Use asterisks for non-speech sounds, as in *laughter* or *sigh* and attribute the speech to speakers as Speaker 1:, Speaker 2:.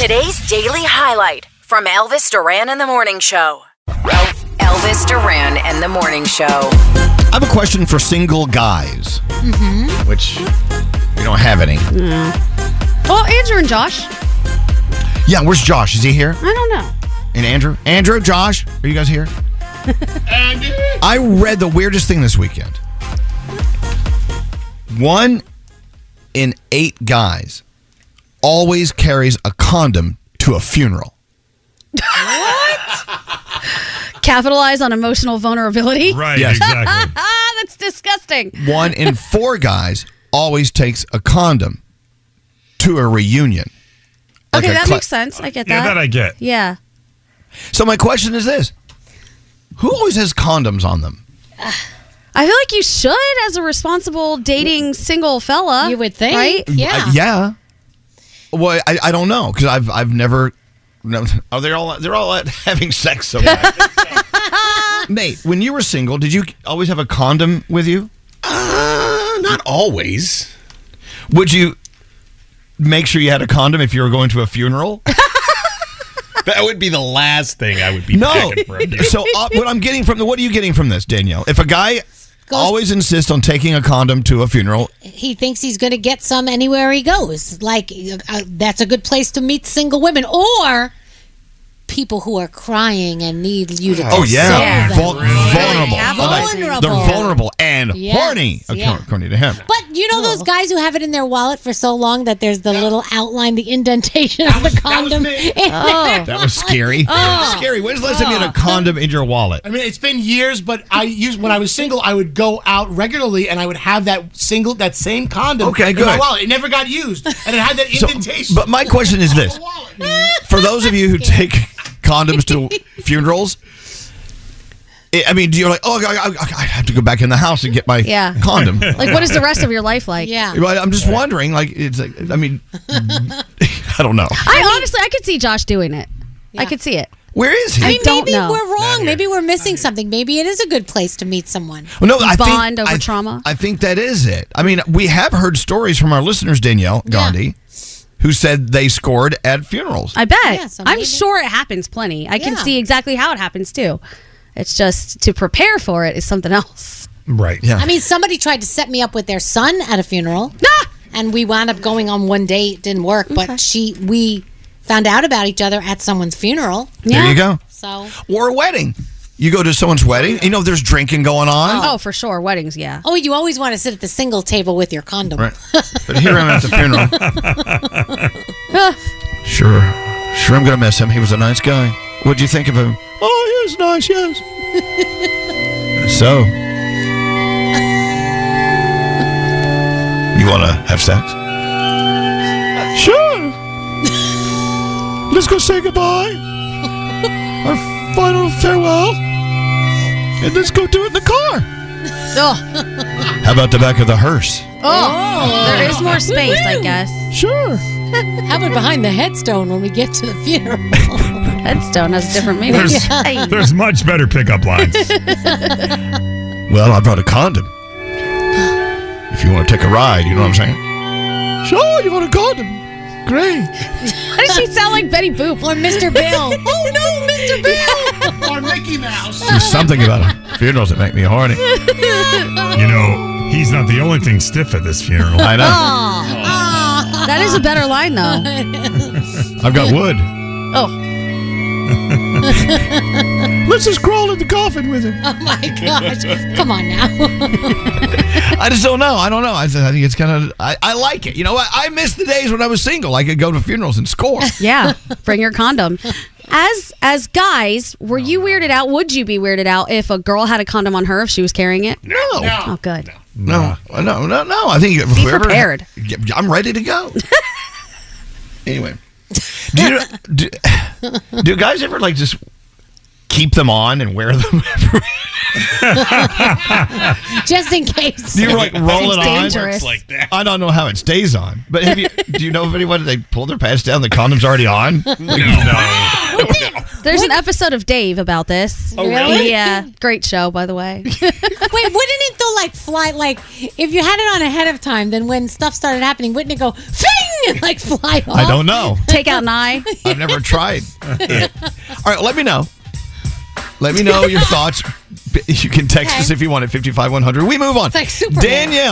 Speaker 1: Today's daily highlight from Elvis Duran and the Morning Show. Elvis Duran and the Morning Show.
Speaker 2: I have a question for single guys,
Speaker 3: Mm-hmm.
Speaker 2: which we don't have any.
Speaker 3: Oh, Andrew and Josh.
Speaker 2: Yeah, where's Josh? Is he here?
Speaker 3: I don't know.
Speaker 2: And Andrew? Andrew, Josh, are you guys here? I read the weirdest thing this weekend. One in eight guys always carries a condom to a funeral.
Speaker 3: Capitalize on emotional vulnerability.
Speaker 4: *laughs*
Speaker 2: Right, Yes. exactly.
Speaker 3: That's disgusting. *laughs*
Speaker 2: One in four guys always takes a condom to a reunion. Like
Speaker 3: Okay,
Speaker 2: a
Speaker 3: that
Speaker 2: cla-
Speaker 3: makes sense. I get that.
Speaker 2: Yeah, that I get.
Speaker 3: Yeah.
Speaker 2: So my question is this: Who always has condoms on them?
Speaker 3: I feel like you should, as a responsible dating single fella. You would think, right?
Speaker 2: Uh, yeah. Well, I, I don't know because I've I've never. No, *laughs* oh, they're all they're all out *laughs* having sex somewhere. Nate, when you were single, did you always have a condom with you? Uh, not always. Would you make sure you had a condom if you were going to a funeral?
Speaker 5: That would be the last thing I would be
Speaker 2: *laughs* no.
Speaker 5: picking from you.
Speaker 2: so uh, what I'm getting from the what are you getting from this, Danielle? If a guy always insists on taking a condom to a funeral,
Speaker 6: He thinks he's going to get some anywhere he goes. Like, uh, that's a good place to meet single women or people who are crying and need you to
Speaker 2: Oh yeah,
Speaker 6: console
Speaker 2: Vul-
Speaker 6: them.
Speaker 2: vulnerable.
Speaker 6: Yeah,
Speaker 2: Like,
Speaker 6: vulnerable.
Speaker 2: They're vulnerable and
Speaker 6: Yes,
Speaker 2: horny, ac-
Speaker 6: yeah.
Speaker 2: according to him.
Speaker 6: But you know
Speaker 3: Oh.
Speaker 6: those guys who have it in their wallet for so long that there's the little outline, the indentation of the condom. in
Speaker 3: Oh.
Speaker 6: their
Speaker 2: That was scary.
Speaker 6: *laughs* Oh.
Speaker 2: Scary. When's the last time you had a condom in your wallet?
Speaker 7: I mean, it's been years, but I used when I was single, I would go out regularly and I would have that single, that same condom
Speaker 2: Okay,
Speaker 7: in my
Speaker 2: good.
Speaker 7: wallet. It never got used, and it had that indentation.
Speaker 2: But my question is this: For those of you who take condoms to funerals, I- I mean, do you like? Oh, I, I, I have to go back in the house and get my
Speaker 3: Yeah.
Speaker 2: condom.
Speaker 3: Like, what is the rest of your life like? *laughs* Yeah.
Speaker 2: Well, I'm just wondering. Like, it's like I mean, *laughs* I don't know.
Speaker 3: I honestly, I could see Josh doing it. I could see it.
Speaker 2: Where is he?
Speaker 6: I mean,
Speaker 3: I don't
Speaker 6: maybe
Speaker 3: know.
Speaker 6: we're wrong. Maybe we're missing something. Maybe it is a good place to meet someone.
Speaker 2: Well, no, I
Speaker 6: Bond
Speaker 2: think,
Speaker 6: over
Speaker 2: I-
Speaker 6: trauma?
Speaker 2: I think that is it. I mean, we have heard stories from our listeners, Danielle Gandhi, who said they scored at funerals.
Speaker 3: I bet. I'm sure it happens plenty. I can
Speaker 6: Yeah.
Speaker 3: see exactly how it happens too. It's just to prepare for it is something else.
Speaker 2: Right. Yeah.
Speaker 6: I mean, somebody tried to set me up with their son at a funeral, and we wound up going on one date. Didn't work, but she we found out about each other at someone's funeral.
Speaker 2: there you go.
Speaker 6: So
Speaker 2: Or a wedding. You go to someone's wedding, you know, there's drinking going on.
Speaker 6: Oh, for sure. Weddings, yeah. Oh, you always want to sit at the single table with your condom. *laughs*
Speaker 2: Right. But here I'm at the funeral. Sure. Sure, I'm going to miss him. He was a nice guy. What'd you think of him? Oh, yes, nice, yes. *laughs* So, you want to have sex? Sure. Let's go say goodbye. Our final farewell. And let's go do it in the car.
Speaker 3: Oh.
Speaker 2: How about the back of the hearse?
Speaker 3: oh, there is more space, I guess.
Speaker 2: Sure.
Speaker 6: How about behind the headstone when we get to the funeral?
Speaker 3: headstone has different
Speaker 8: There's,
Speaker 3: *laughs*
Speaker 8: there's much better pickup lines.
Speaker 2: *laughs* Well, I brought a condom. If you want to take a ride, you know what I'm saying? Sure, you want a condom. Great.
Speaker 3: Why does she sound like Betty Boop or Mr. *laughs* Bill? oh no, Mr. Bill
Speaker 7: or Mickey Mouse.
Speaker 2: There's something about funerals that make me horny.
Speaker 8: You know, he's not the only thing stiff at this funeral.
Speaker 2: I
Speaker 3: That is a better line, though.
Speaker 8: I've got wood.
Speaker 3: oh,
Speaker 2: *laughs* Let's just crawl in the coffin with him.
Speaker 6: Oh my gosh. Come on now.
Speaker 2: I just don't know. I don't know. I, th- I think it's kind of. I, I like it. You know, I, I miss the days when I was single. I could go to funerals and score.
Speaker 3: yeah. *laughs* Bring your condom. As as guys, were you weirded out? Would you be weirded out if a girl had a condom on her if she was carrying it?
Speaker 2: No.
Speaker 3: Oh, good.
Speaker 2: No, no, no, no. I think
Speaker 3: Be prepared.
Speaker 2: Yeah, I'm ready to
Speaker 6: *laughs*
Speaker 2: go. anyway, do, you, do do guys ever like just keep them on and wear them? *laughs*
Speaker 6: Just in case.
Speaker 2: Do you like roll it on?
Speaker 6: Dangerous.
Speaker 2: I don't know how it stays on, but have you? do you know of anyone they pull their pants down? The condom's already on.
Speaker 3: There's an episode of Dave about this.
Speaker 6: Oh, really?
Speaker 3: Yeah. Great show, by the way.
Speaker 6: Wait, wouldn't it though like fly like if you had it on ahead of time, then when stuff started happening, wouldn't it go *laughs* fing and like fly off?
Speaker 2: I don't know.
Speaker 3: Take out an eye.
Speaker 2: I've never tried. it. All right, let me know. Let me know your thoughts. You can text us if you want at 55100. We move on.
Speaker 6: It's like Superman.
Speaker 2: Danielle.